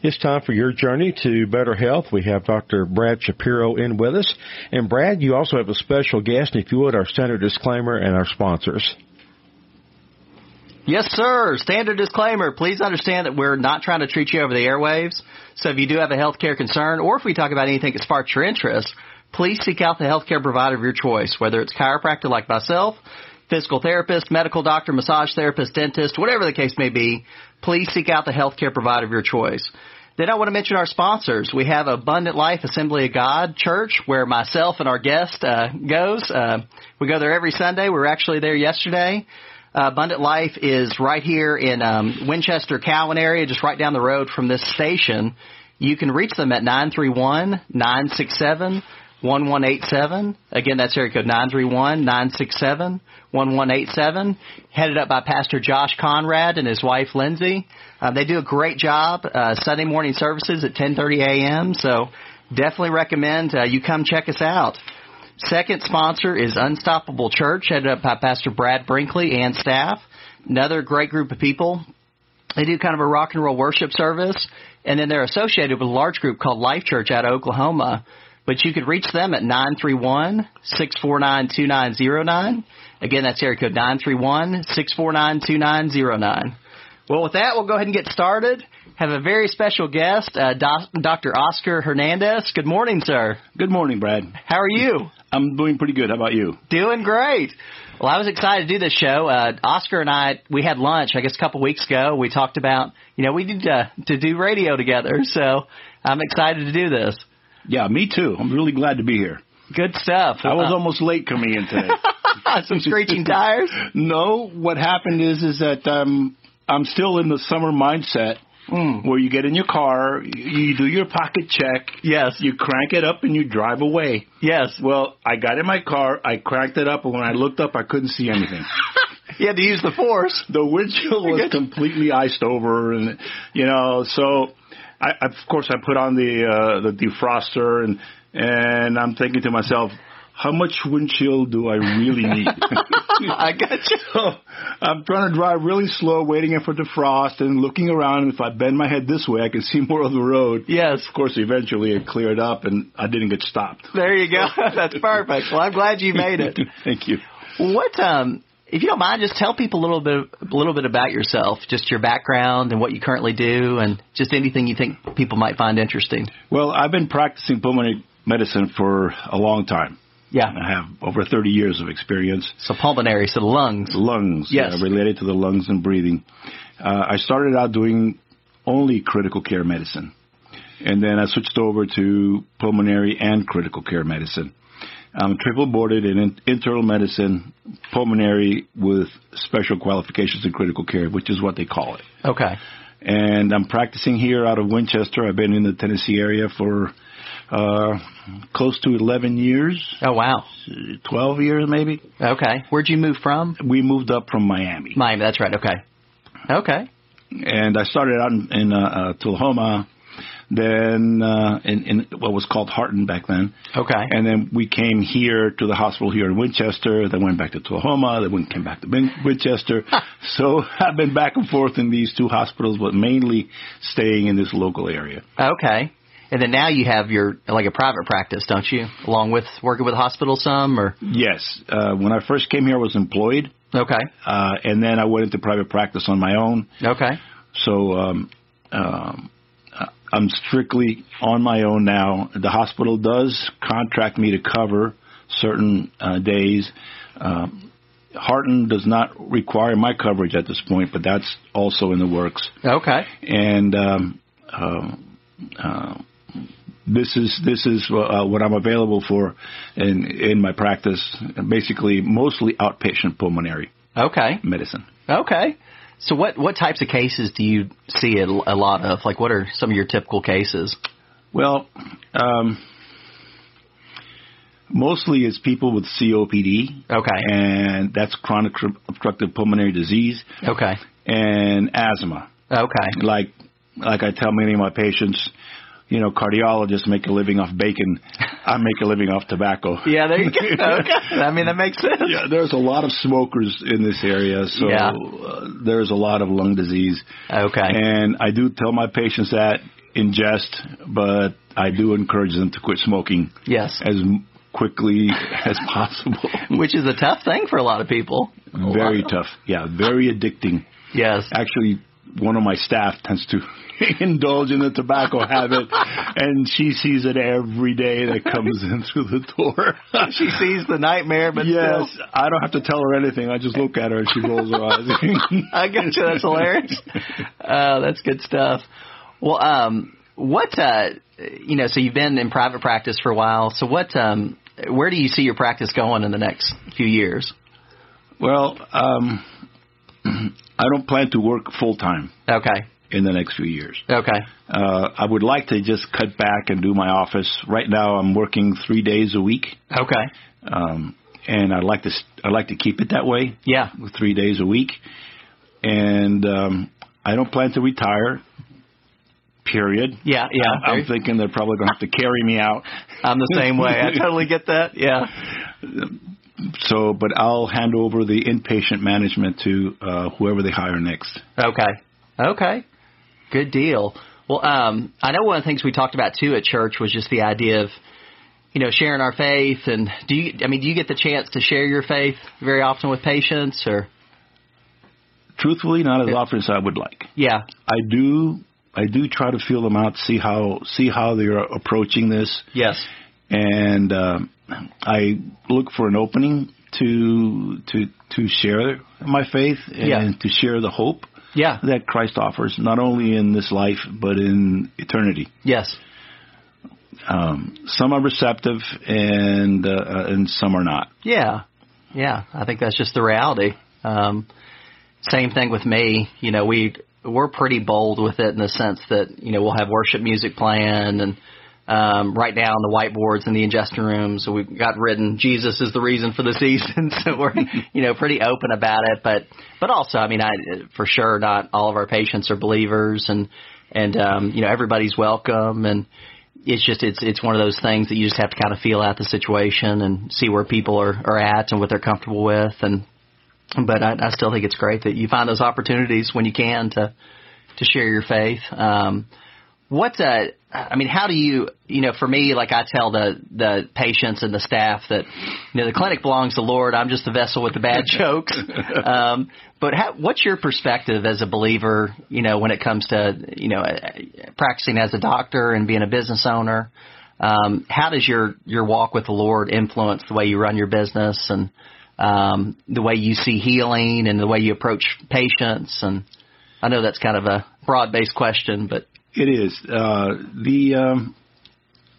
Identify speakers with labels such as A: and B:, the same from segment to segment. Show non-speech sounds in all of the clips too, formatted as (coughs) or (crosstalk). A: It's time for your journey to better health. We have Dr. Brad Shapiro in with us. And Brad, you also have a special guest, if you would, our standard disclaimer and our sponsors.
B: Yes, sir. Standard disclaimer. Please understand that we're not trying to treat you over the airwaves. So if you do have a healthcare concern or if we talk about anything that sparks your interest, please seek out the healthcare provider of your choice, whether it's chiropractor like myself, physical therapist, medical doctor, massage therapist, dentist, whatever the case may be, please seek out the healthcare provider of your choice. Then I want to mention our sponsors. We have Abundant Life Assembly of God Church, where myself and our guest uh, goes. Uh, we go there every Sunday. We were actually there yesterday. Uh, Abundant Life is right here in um, Winchester, Cowan area, just right down the road from this station. You can reach them at 931 967 1187. Again, that's area code 931 967 1187. Headed up by Pastor Josh Conrad and his wife Lindsay. Uh, they do a great job. Uh, Sunday morning services at 10:30 a.m. So definitely recommend uh, you come check us out. Second sponsor is Unstoppable Church, headed up by Pastor Brad Brinkley and staff. Another great group of people. They do kind of a rock and roll worship service, and then they're associated with a large group called Life Church out of Oklahoma but you could reach them at 931-649-2909. Again, that's area code 931-649-2909. Well, with that, we'll go ahead and get started. Have a very special guest, uh, doc, Dr. Oscar Hernandez. Good morning, sir.
C: Good morning, Brad.
B: How are you?
C: I'm doing pretty good. How about you?
B: Doing great. Well, I was excited to do this show. Uh, Oscar and I, we had lunch, I guess, a couple weeks ago. We talked about, you know, we need to, to do radio together. (laughs) So I'm excited to do this.
C: Yeah, me too. I'm really glad to be here.
B: Good stuff.
C: I was
B: Uh,
C: almost late coming in today.
B: (laughs) some screeching tires.
C: (laughs) no, what happened is is that um, I'm still in the summer mindset where you get in your car, you you do your pocket check,
B: Yes,
C: you crank it up, and you drive away.
B: yes.
C: Well, I got in my car, I cranked it up, and when I looked up, I couldn't see anything.
B: You had to use the (laughs) force.
C: the windshield was completely iced over, and you know, so I, of course I put on the uh, the defroster, and and I'm thinking to myself, how much windshield do I really
B: (laughs)
C: need?
B: I got you.
C: so I'm trying to drive really slow, waiting for defrost, and looking around. And if I bend my head this way, I can see more of the road.
B: Yes.
C: Of course, eventually it cleared up, and I didn't get stopped.
B: There you go. (laughs) That's perfect. Well, I'm glad you made it.
C: (laughs) Thank you.
B: What, um, if you don't mind, just tell people a little bit, a little bit about yourself, just your background and what you currently do, and just anything you think people might find interesting.
C: Well, I've been practicing pulmonary medicine for a long time.
B: Yeah.
C: I have over 30 years of experience.
B: So pulmonary, so the lungs.
C: lungs,
B: Yes.
C: yeah, related to the lungs and breathing. Uh, I started out doing only critical care medicine, and then I switched over to pulmonary and critical care medicine. I'm triple boarded in in- internal medicine, pulmonary with special qualifications in critical care, which is what they call it.
B: Okay.
C: And I'm practicing here out of Winchester. I've been in the Tennessee area for uh, close to 11 years,
B: Oh wow.
C: 12 years maybe.
B: Okay. Where'd you move from?
C: We moved up from Miami.
B: Miami. That's right. Okay. Okay.
C: and I started out in, in uh, uh, Tullahoma, then uh, in, in what was called Harton back then,
B: Okay.
C: and then we came here to the hospital here in Winchester. Then went back to Tullahoma. Then went came back to Win- Winchester. so I've been back and forth in these two hospitals, but mainly staying in this local area.
B: Okay. And then now you have your like a private practice, don't you? Along with working with hospitals some or
C: Yes, uh, when I first came here, I was employed,
B: Okay.
C: uh, and then I went into private practice on my own.
B: Okay.
C: So um, um, uh, I'm strictly on my own now. The hospital does contract me to cover certain uh, days. Um, Harton does not require my coverage at this point, but that's also in the works.
B: Okay.
C: And um, uh, uh, this is this is uh, what I'm available for in in my practice. Basically, mostly outpatient pulmonary
B: Okay.
C: medicine.
B: Okay. So what what types of cases do you see a, a lot of? Like what are some of your typical cases?
C: Well, um, mostly it's people with COPD,
B: Okay.
C: and that's chronic obstructive pulmonary disease,
B: Okay.
C: and asthma.
B: Okay.
C: Like, like I tell many of my patients, you know, cardiologists make a living off bacon. I make a living off tobacco.
B: Yeah, there you go. (laughs) Okay. I mean that makes sense.
C: Yeah, there's a lot of smokers in this area, so
B: Yeah.
C: uh, there's a lot of lung disease.
B: Okay.
C: And I do tell my patients that ingest, but I do encourage them to quit smoking
B: Yes.
C: as m- quickly (laughs) as possible.
B: (laughs) Which is a tough thing for a lot of people.
C: very tough. Yeah, very addicting.
B: Yes.
C: Actually, one of my staff tends to (laughs) indulge in the tobacco habit, and she sees it every day that comes in through the door.
B: She sees the nightmare, but
C: yes,
B: still.
C: I don't have to tell her anything. I just look at her and she rolls her eyes. (laughs)
B: I got you. That's (laughs) hilarious. Uh, that's good stuff. Well, um, what uh, you know? So you've been in private practice for a while. So what? Um, where do you see your practice going in the next few years?
C: well, um, (clears throat) I don't plan to work full time
B: Okay.
C: in the next few years.
B: Okay.
C: Uh, I would like to just cut back and do my office. Right now, I'm working three days a week,
B: Okay.
C: um, and I like to I like to keep it that way.
B: Yeah.
C: with three days a week, and um, I don't plan to retire. Period.
B: Yeah. Yeah.
C: I'm thinking they're probably going to have to carry me out.
B: I'm the same way. I totally get that. Yeah.
C: So, but I'll hand over the inpatient management to uh, whoever they hire next.
B: Okay. Okay. Good deal. Well, um, I know one of the things we talked about too at church was just the idea of, you know, sharing our faith. And do you? I mean, do you get the chance to share your faith very often with patients? Or
C: Truthfully, not as often as I would like.
B: yeah,
C: I do. I do try to feel them out, see how see how they're approaching this,
B: yes,
C: and um I look for an opening to to to share my faith and
B: Yeah.
C: to share the hope.
B: yeah,
C: that Christ offers, not only in this life but in eternity.
B: yes,
C: Um, some are receptive, and uh, uh, and some are not.
B: yeah, yeah. I think that's just the reality. Um, same thing with me. You know, we we're pretty bold with it in the sense that you know we'll have worship music playing and um, right now on the whiteboards in the ingestion room. So we've got written Jesus is the reason for the season. (laughs) So we're you know pretty open about it, but but also I mean I for sure not all of our patients are believers and and um, you know everybody's welcome and it's just it's it's one of those things that you just have to kind of feel out the situation and see where people are are at and what they're comfortable with and but I, I still think it's great that you find those opportunities when you can to to share your faith. Um, what uh, I mean, how do you you know? For me, like I tell the the patients and the staff that you know the clinic belongs to the Lord. I'm just the vessel with the bad jokes. Um, but how, what's your perspective as a believer? You know, when it comes to you know uh, practicing as a doctor and being a business owner. Um, how does your your walk with the Lord influence the way you run your business and um, the way you see healing and the way you approach patients. And I know that's kind of a broad based question, but
C: It is uh, the um,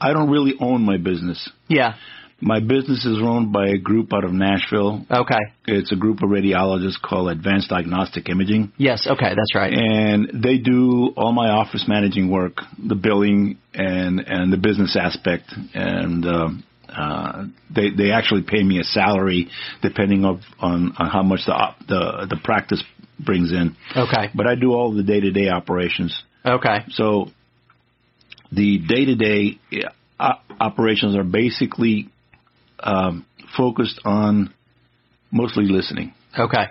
C: I don't really own my business.
B: yeah,
C: My business is owned by a group out of Nashville.
B: okay,
C: It's a group of radiologists called Advanced Diagnostic Imaging,
B: yes, okay, that's right.
C: and they do all my office managing work, the billing, and and the business aspect, and um, uh, they they actually pay me a salary depending of, on on how much the op, the the practice brings in.
B: Okay,
C: But I do all the day to day operations.
B: okay,
C: So the day to day operations are basically um, focused on mostly listening.
B: okay,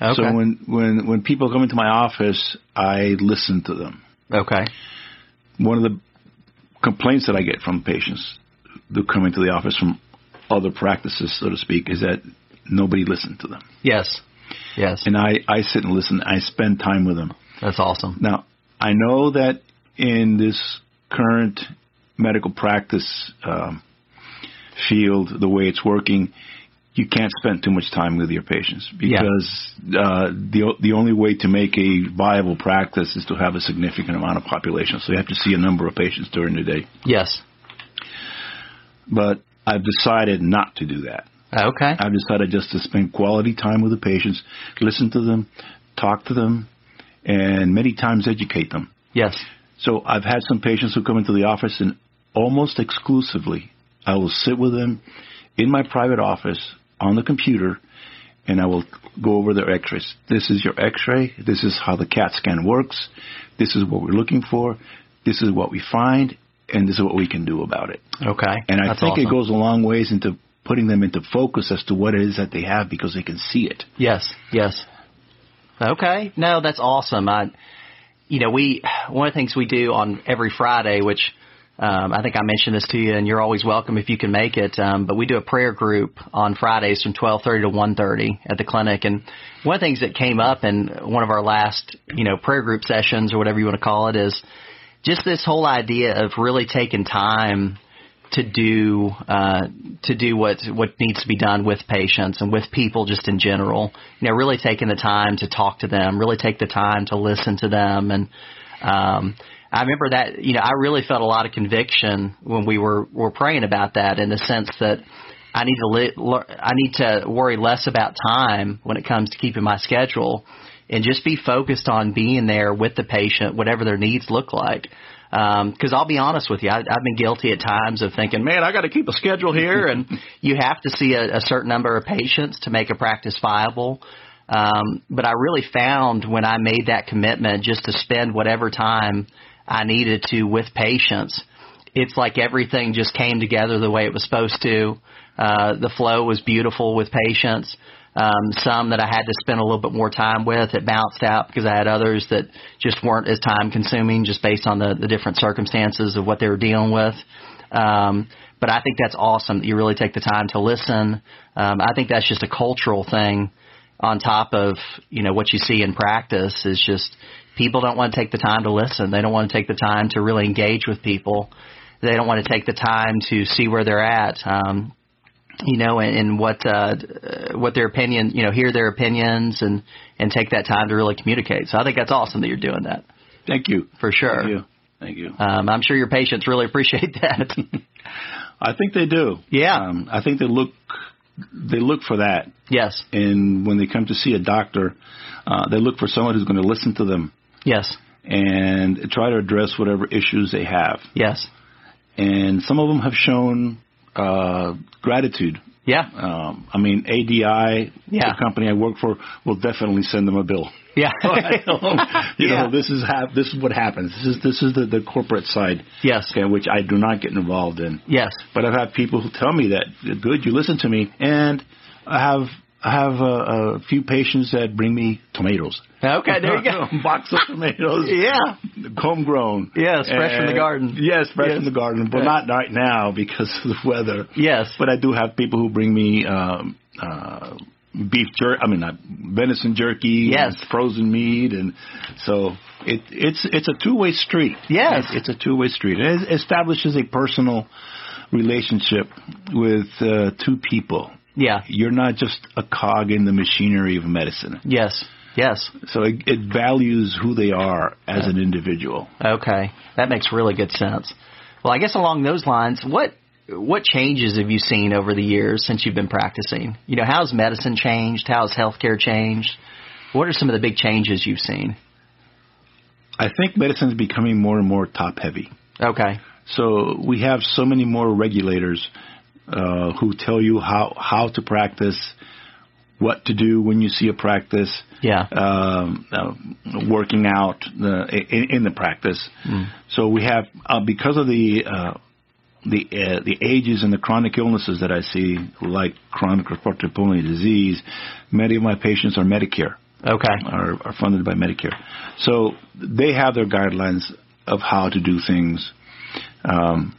B: okay,
C: So when, when, when people come into my office, I listen to them.
B: okay,
C: One of the complaints that I get from patients who come into the office from other practices, so to speak, is that nobody listened to them.
B: yes, yes,
C: And I, I sit and listen. I spend time with them.
B: that's awesome.
C: Now, I know that in this current medical practice um, field, the way it's working, you can't spend too much time with your patients
B: Yeah.
C: because uh, the o- the only way to make a viable practice is to have a significant amount of population. So you have to see a number of patients during the day.
B: Yes,
C: But I've decided not to do that.
B: okay,
C: I've decided just to spend quality time with the patients, listen to them, talk to them, and many times educate them.
B: yes,
C: So I've had some patients who come into the office and almost exclusively I will sit with them in my private office on the computer and I will go over their x-rays. This is your x-ray. This is how the CAT scan works. This is what we're looking for. This is what we find and this is what we can do about it.
B: okay,
C: And I
B: that's
C: think it
B: awesome.
C: goes a long ways into putting them into focus as to what it is that they have because they can see it.
B: Yes, yes. Okay. No, that's awesome. I you know, we one of the things we do on every Friday, which um, I think I mentioned this to you, and you're always welcome if you can make it. Um, but we do a prayer group on Fridays from 12:30 to 1:30 at the clinic, and one of the things that came up in one of our last, you know, prayer group sessions or whatever you want to call it is just this whole idea of really taking time to do uh, to do what what needs to be done with patients and with people just in general. You know, really taking the time to talk to them, really take the time to listen to them, and um, I remember that you know I really felt a lot of conviction when we were were praying about that in the sense that. I need to li- le- I need to worry less about time when it comes to keeping my schedule, and just be focused on being there with the patient, whatever their needs look like because um, I'll be honest with you, I, I've been guilty at times of thinking, man, I got to keep a schedule here, and you have to see a, a certain number of patients to make a practice viable. Um, but I really found when I made that commitment just to spend whatever time I needed to with patients, it's like everything just came together the way it was supposed to. Uh, the flow was beautiful with patients. Um, some that I had to spend a little bit more time with. It bounced out because I had others that just weren't as time consuming, just based on the, the different circumstances of what they were dealing with. Um, but I think that's awesome that you really take the time to listen. Um, I think that's just a cultural thing on top of you know what you see in practice is just people don't want to take the time to listen. They don't want to take the time to really engage with people. They don't want to take the time to see where they're at. Um, you know, and, and what uh, what their opinion, you know, hear their opinions and and take that time to really communicate. So I think that's awesome that you're doing that
C: Thank you.
B: for sure.
C: Thank you. Thank you.
B: Um, I'm sure your patients really appreciate (laughs) that.
C: I think they do.
B: Yeah.
C: Um, I think they look they look for that,
B: yes,
C: and when they come to see a doctor, uh, they look for someone who's going to listen to them
B: yes,
C: and try to address whatever issues they have.
B: yes,
C: And some of them have shown uh, gratitude.
B: yeah,
C: Um, I mean, ADI,
B: Yeah.
C: the company I work for, will definitely send them a bill.
B: yeah,
C: (laughs) you
B: Yeah.
C: know, this is hap- this is what happens. This is this is the, the corporate side,
B: (laughs) yes,
C: okay, which I do not get involved in.
B: yes,
C: But I've had people who tell me that good, you listen to me, and I have I have a, a few patients that bring me tomatoes.
B: okay, there you go.
C: (laughs) A box of
B: (laughs)
C: tomatoes,
B: Yeah,
C: homegrown.
B: Yes, fresh from the
C: And-
B: garden.
C: Yes, fresh
B: Yes.
C: from the garden, but
B: Yeah.
C: not right now because of the weather.
B: yes,
C: But I do have people who bring me um, uh, beef jerky. I mean, not venison jerky.
B: Yes.
C: and frozen meat, and so it, it's it's a two way street.
B: Yes.
C: it's, it's a two way street. It establishes a personal relationship with uh, two people.
B: yeah,
C: You're not just a cog in the machinery of medicine.
B: yes, yes.
C: So it, it values who they are as an individual.
B: Okay, that makes really good sense. Well, I guess along those lines, what what changes have you seen over the years since you've been practicing? You know, how's medicine changed? How's healthcare changed? What are some of the big changes you've seen?
C: I think medicine is becoming more and more top heavy.
B: Okay.
C: So we have so many more regulators uh, who tell you how how to practice, what to do when you see a practice,
B: Yeah.
C: um, uh, working out the, in, in the practice. So we have uh, because of the uh, the uh, the ages and the chronic illnesses that I see, like chronic obstructive pulmonary disease, many of my patients are Medicare
B: Okay.
C: are, are funded by Medicare. So they have their guidelines of how to do things. Um,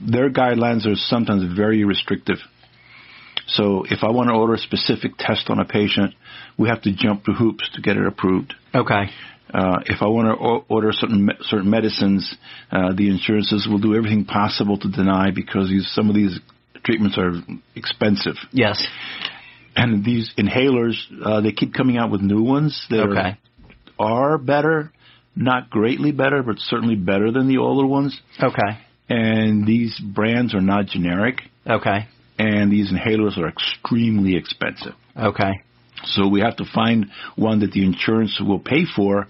C: their guidelines are sometimes very restrictive. So if I want to order a specific test on a patient, we have to jump through hoops to get it approved.
B: Okay.
C: Uh, if I want to o- order certain me- certain medicines, uh, the insurances will do everything possible to deny because these, some of these treatments are expensive
B: Yes.
C: and these inhalers, uh, they keep coming out with new ones that are-
B: Okay.
C: are better, not greatly better, but certainly better than the older ones.
B: Okay.
C: And these brands are not generic,
B: Okay.
C: and these inhalers are extremely expensive.
B: Okay.
C: So we have to find one that the insurance will pay for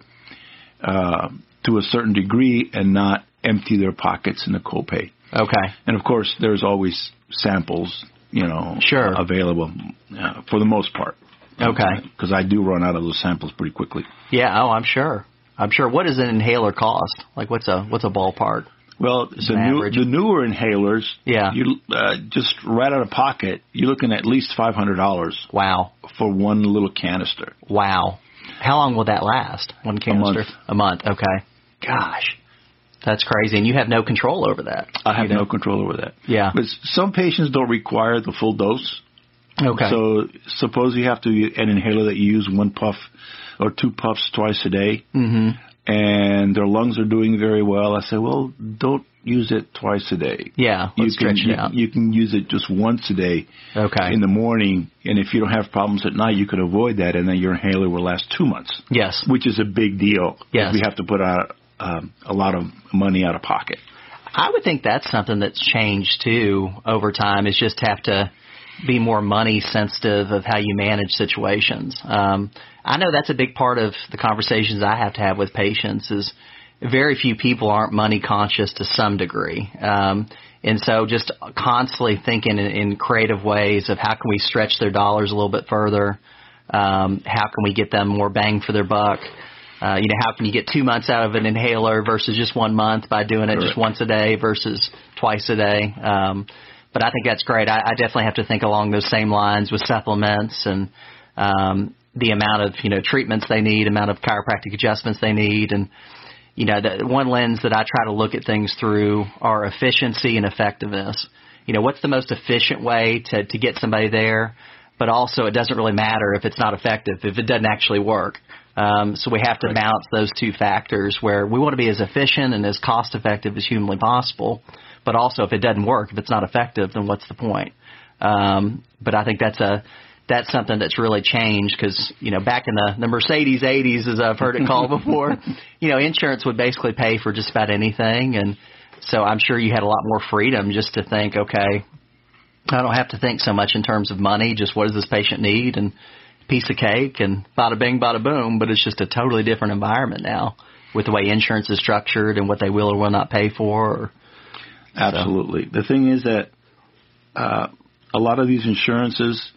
C: uh, to a certain degree and not empty their pockets in the copay.
B: Okay.
C: And of course, there's always samples, you know,
B: Sure.
C: available uh, for the most part.
B: Okay.
C: Because I do run out of those samples pretty quickly.
B: Yeah. Oh, I'm sure. I'm sure. What does an inhaler cost? Like, what's a what's a ballpark?
C: Well, the,
B: an
C: new,
B: average.
C: the newer inhalers,
B: Yeah.
C: you uh, just right out of pocket, you're looking at least five hundred dollars
B: Wow.
C: for one little canister.
B: Wow. How long will that last? One canister? A month. Okay. Gosh. That's crazy. And you have no control over that.
C: I have
B: You
C: no
B: don't-
C: control over that.
B: Yeah.
C: But s- some patients don't require the full dose.
B: Okay.
C: So suppose you have to get an inhaler that you use one puff or two puffs twice a day,
B: hmm
C: and their lungs are doing very well. I say, well, don't use it twice a day.
B: Yeah.
C: You
B: Let's
C: can,
B: stretch
C: you,
B: it out.
C: you can use it just once a day
B: okay.
C: in the morning, and if you don't have problems at night, you could avoid that, and then your inhaler will last two months,
B: yes.
C: which is a big deal. 'cause
B: Yes.
C: We have to put out um, a lot of money out of pocket.
B: I would think that's something that's changed too over time is just have to be more money sensitive of how you manage situations. Um, I know that's a big part of the conversations I have to have with patients is very few people aren't money conscious to some degree. Um, and so just constantly thinking in, in creative ways of how can we stretch their dollars a little bit further? Um, how can we get them more bang for their buck? Uh, you know, how can you get two months out of an inhaler versus just one month by doing it just
C: Correct.
B: once a day versus twice a day? Um, but I think that's great. I, I definitely have to think along those same lines with supplements and um, the amount of you know treatments they need, amount of chiropractic adjustments they need, and you know, the one lens that I try to look at things through are efficiency and effectiveness. You know, what's the most efficient way to, to get somebody there? But also, it doesn't really matter if it's not effective, if it doesn't actually work. Um, so we have to balance those two factors where we want to be as efficient and as cost effective as humanly possible. But also, if it doesn't work, if it's not effective, then what's the point? Um, but I think that's a that's something that's really changed because you know back in the the Mercedes 80s, as I've heard it called before, you know insurance would basically pay for just about anything, and so I'm sure you had a lot more freedom just to think, okay, I don't have to think so much in terms of money, just what does this patient need and piece of cake and bada bing, bada boom. But it's just a totally different environment now with the way insurance is structured and what they will or will not pay for. Or,
C: Absolutely. The thing is that uh, a lot of these insurances,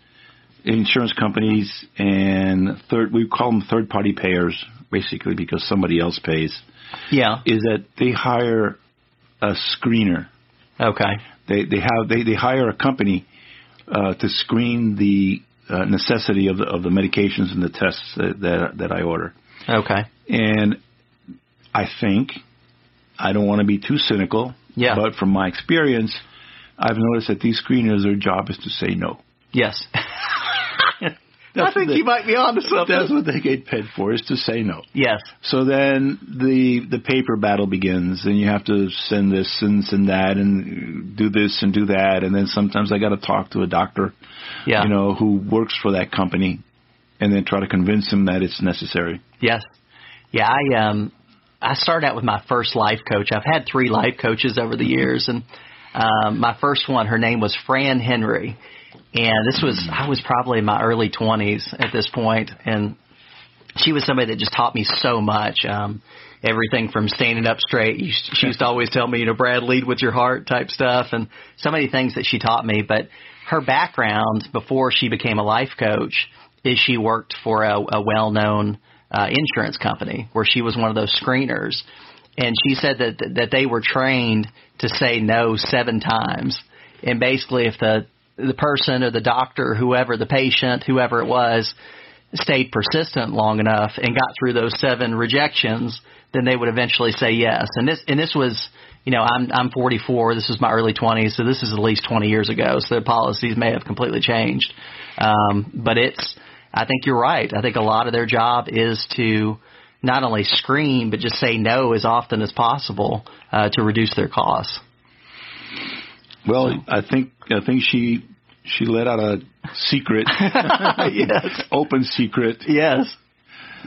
C: insurance companies, and third we call them third party payers basically because somebody else pays,
B: yeah.
C: is that they hire a screener.
B: Okay.
C: They they have they, they hire a company uh, to screen the uh, necessity of the of the medications and the tests that that, that I order.
B: Okay.
C: And I think I don't want to be too cynical,
B: Yeah.
C: but from my experience, I've noticed that these screeners, their job is to say no.
B: Yes. (laughs) I
C: That's
B: think
C: the-
B: you might be onto something.
C: (laughs) That's what they get paid for, is to say no.
B: yes.
C: So then the the paper battle begins, and you have to send this and send that, and do this and do that, and then sometimes I got to talk to a doctor,
B: Yeah.
C: you know, who works for that company, and then try to convince him that it's necessary.
B: Yes. Yeah, I um I started out with my first life coach. I've had three life coaches over the years and um my first one, her name was Fran Henry. And this was I was probably in my early twenties at this point and she was somebody that just taught me so much. Um, everything from standing up straight. You- She used to always tell me, you know, Brad, lead with your heart type stuff, and so many things that she taught me. But her background before she became a life coach is she worked for a, a well-known uh, insurance company where she was one of those screeners, and she said that that they were trained to say no seven times, and basically if the the person or the doctor, whoever the patient, whoever it was, stayed persistent long enough and got through those seven rejections, then they would eventually say yes. And this and this was, you know, I'm I'm 44. This was my early 20s, so this is at least 20 years ago. So their policies may have completely changed. Um, but it's, I think you're right. I think a lot of their job is to not only screen but just say no as often as possible uh, to reduce their costs.
C: Well, I think I think she she let out a (laughs) secret,
B: yes.
C: open secret.
B: Yes.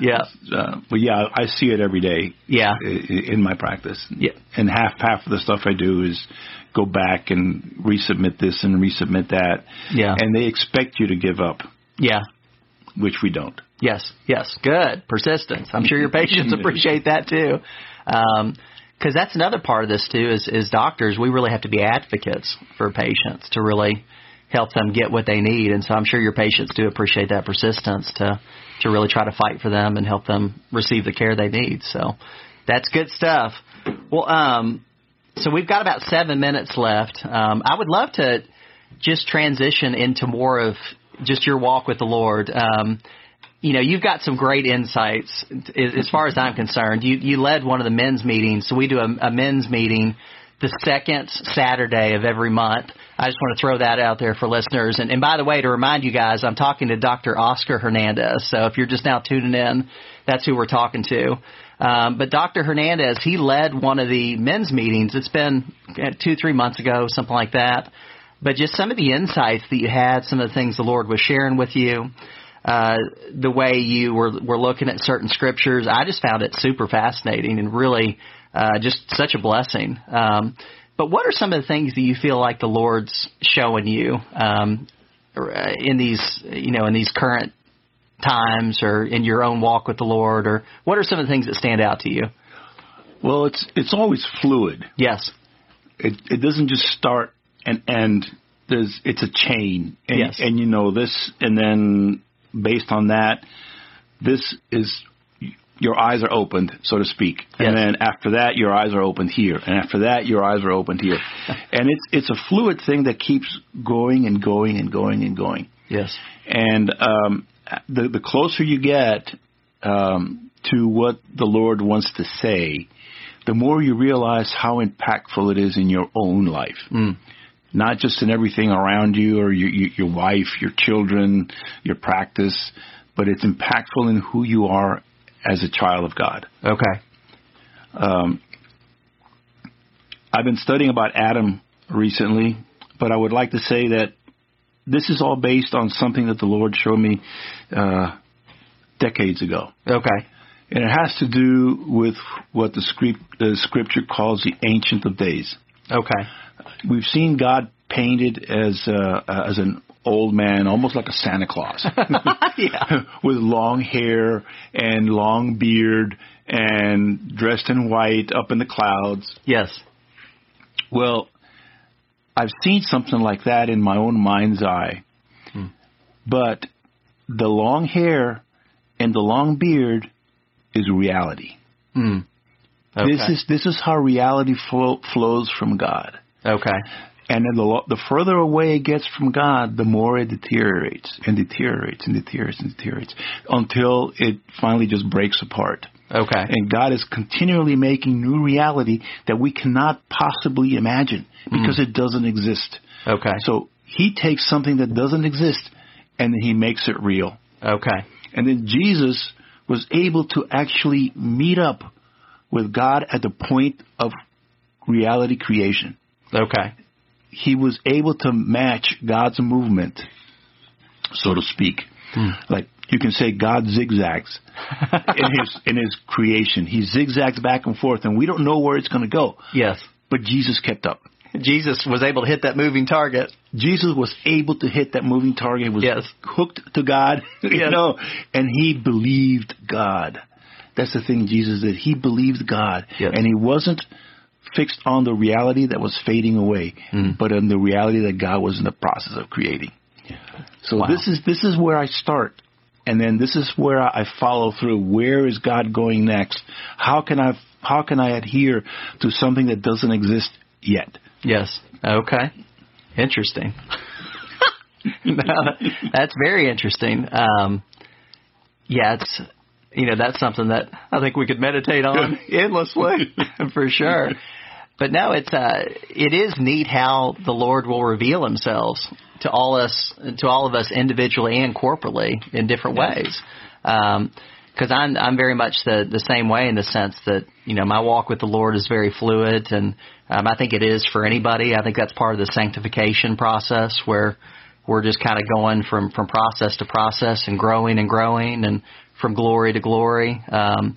B: Yeah.
C: Uh, but yeah, I see it every day
B: Yeah.
C: i- i- in my practice.
B: Yeah.
C: And half half of the stuff I do is go back and resubmit this and resubmit that.
B: Yeah.
C: And they expect you to give up,
B: Yeah.
C: which we don't.
B: Yes, yes, good persistence. I'm sure your patients appreciate that too, because that's another part of this too. Is is doctors, we really have to be advocates for patients to really help them get what they need, and so I'm sure your patients do appreciate that persistence to to really try to fight for them and help them receive the care they need. So that's good stuff. Well, um, so we've got about seven minutes left. Um, I would love to just transition into more of just your walk with the Lord. Um, you know, you've got some great insights as as far as I'm concerned. You, you led one of the men's meetings. So we do a, a men's meeting the second Saturday of every month. I just want to throw that out there for listeners. And, and by the way, to remind you guys, I'm talking to Dr. Oscar Hernandez. So if you're just now tuning in, that's who we're talking to. Um, but Dr. Hernandez, he led one of the men's meetings. It's been uh, two, three months ago, something like that. But just some of the insights that you had, some of the things the Lord was sharing with you, uh, the way you were were looking at certain scriptures, I just found it super fascinating and really uh, just such a blessing. Um, but what are some of the things that you feel like the Lord's showing you um, or, uh, in these you know in these current times or in your own walk with the Lord, or what are some of the things that stand out to you?
C: Well, it's it's always fluid.
B: Yes,
C: It it doesn't just start and end. There's it's a chain, and,
B: Yes.
C: and you know this, and then based on that, this is your eyes are opened, so to speak,
B: Yes.
C: and then after that, your eyes are opened here, and after that, your eyes are opened
B: (laughs)
C: here, and it's it's a fluid thing that keeps going and going and going and going.
B: yes,
C: and um, the the closer you get um, to what the Lord wants to say, the more you realize how impactful it is in your own life, not just in everything around you or your your, your wife, your children, your practice, but it's impactful in who you are as a child of God.
B: okay,
C: I've been studying about Adam recently, but I would like to say that this is all based on something that the Lord showed me uh, decades ago.
B: okay,
C: And it has to do with what the, script, the scripture calls the Ancient of Days. (laughs)
B: okay,
C: We've seen God painted as, uh, as an old man, almost like a Santa Claus,
B: yeah,
C: with long hair and long beard and dressed in white up in the clouds.
B: (laughs) yes,
C: Well, I've seen something like that in my own mind's eye. But the long hair and the long beard is reality.
B: okay.
C: This is this is how reality flow, flows from God.
B: okay,
C: And then the, lo- the further away it gets from God, the more it deteriorates and deteriorates and deteriorates and deteriorates until it finally just breaks apart.
B: okay,
C: And God is continually making new reality that we cannot possibly imagine because it doesn't exist.
B: okay,
C: So He takes something that doesn't exist and He makes it real.
B: okay,
C: And then Jesus was able to actually meet up with God at the point of reality creation.
B: okay,
C: He was able to match God's movement, so to speak. Like you can say God zigzags in his in his creation. He zigzags back and forth and we don't know where it's going to go.
B: (laughs) yes.
C: But Jesus kept up.
B: Jesus was able to hit that moving target.
C: Jesus was able to hit that moving target. Was
B: Yes.
C: hooked to God, (laughs) you
B: Yes.
C: know, and he believed God. That's the thing Jesus did. He believed God,
B: Yes.
C: and he wasn't fixed on the reality that was fading away,
B: Mm.
C: but on the reality that God was in the process of creating. So
B: Wow.
C: this is this is where I start. And then this is where I follow through. Where is God going next? How can I how can I adhere to something that doesn't exist yet?
B: Yes. Okay. Interesting. (laughs) No, that's very interesting. Um, yeah, it's you know that's something that I think we could meditate on (laughs) endlessly for sure. But no, it's uh, it is neat how the Lord will reveal Himself to all us, to all of us individually and corporately in different ways. Because I'm I'm very much the the same way in the sense that you know my walk with the Lord is very fluid, and um, I think it is for anybody. I think that's part of the sanctification process where we're just kind of going from from process to process and growing and growing and from glory to glory. Um,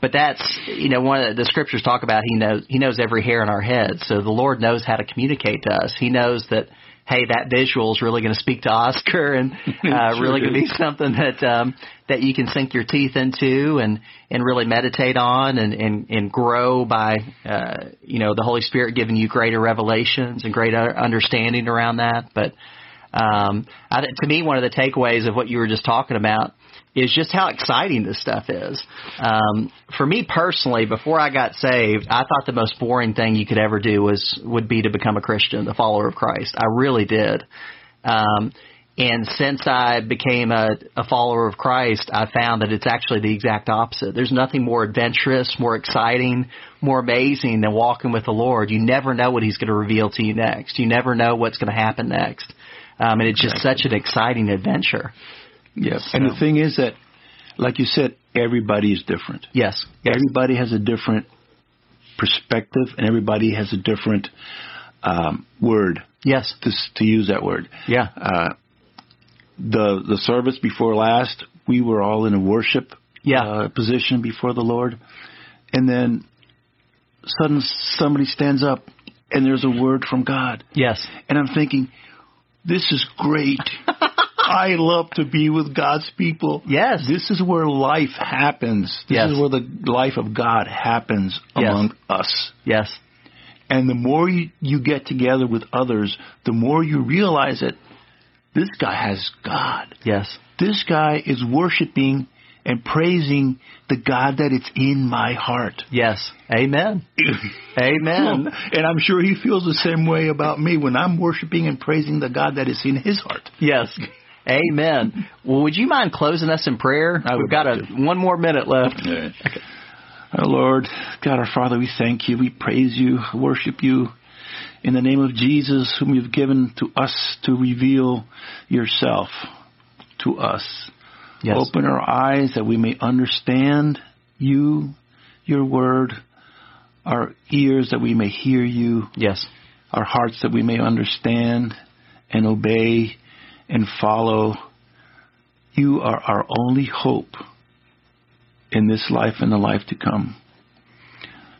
B: but that's you know one of the, the scriptures talk about he knows he knows every hair in our head. So the Lord knows how to communicate to us. He knows that hey that visual is really going to speak to Oscar
C: (laughs)
B: and uh,
C: Sure
B: really going to be
C: is.
B: something that um, that you can sink your teeth into and and really meditate on and and and grow by uh, you know the Holy Spirit giving you greater revelations and greater understanding around that. But um, I, to me, one of the takeaways of what you were just talking about is just how exciting this stuff is. Um, for me personally, before I got saved, I thought the most boring thing you could ever do was would be to become a Christian, a follower of Christ. I really did. Um, And since I became a, a follower of Christ, I found that it's actually the exact opposite. There's nothing more adventurous, more exciting, more amazing than walking with the Lord. You never know what He's going to reveal to you next. You never know what's going to happen next. Um, and it's just such an exciting adventure.
C: Yes. And the thing is that, like you said, everybody is different.
B: Yes. yes.
C: Everybody has a different perspective, and everybody has a different um, word.
B: Yes.
C: To, to use that word.
B: Yeah.
C: Uh, the the service before last, we were all in a worship
B: Yeah.
C: uh, position before the Lord, and then suddenly somebody stands up, and there's a word from God,
B: Yes.
C: and I'm thinking, this is
B: (laughs)
C: great. I love to be with God's people.
B: Yes.
C: This is where life happens. This
B: Yes.
C: is where the life of God happens
B: Yes.
C: among us.
B: Yes.
C: And the more you, you get together with others, the more you realize that this guy has God.
B: Yes.
C: This guy is worshiping and praising the God that it's in my heart.
B: Yes. (coughs) Amen. Amen.
C: and I'm sure he feels the same way about me when I'm worshiping and praising the God that is in his heart.
B: Yes. Amen. Well, would you mind closing us in prayer?
C: I would
B: We've got a,
C: love
B: one more minute left.
C: Our Lord, God our Father, we thank you, we praise you, worship you. In the name of Jesus, whom you've given to us to reveal yourself to us.
B: Yes.
C: Open our eyes that we may understand you, your word, our ears that we may hear you,
B: Yes.
C: our hearts that we may understand and obey and follow. You are our only hope in this life and the life to come.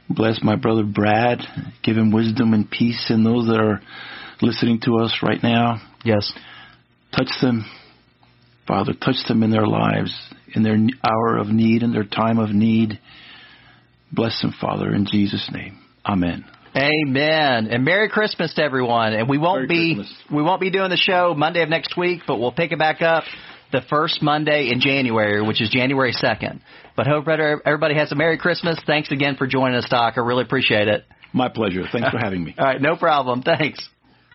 C: Bless my brother Brad. Give him wisdom and peace and those that are listening to us right now.
B: Yes.
C: Touch them, Father. Touch them in their lives, in their hour of need, in their time of need. Bless them, Father, in Jesus' name. Amen.
B: Amen. And Merry Christmas to everyone. And we won't
C: Merry
B: be
C: Christmas.
B: we won't be doing the show Monday of next week, but we'll pick it back up the first Monday in January, which is January 2nd. But hope better- everybody has a Merry Christmas. Thanks again for joining us, Doc. I really appreciate it.
C: My pleasure. Thanks for having me.
B: All right, no problem. Thanks.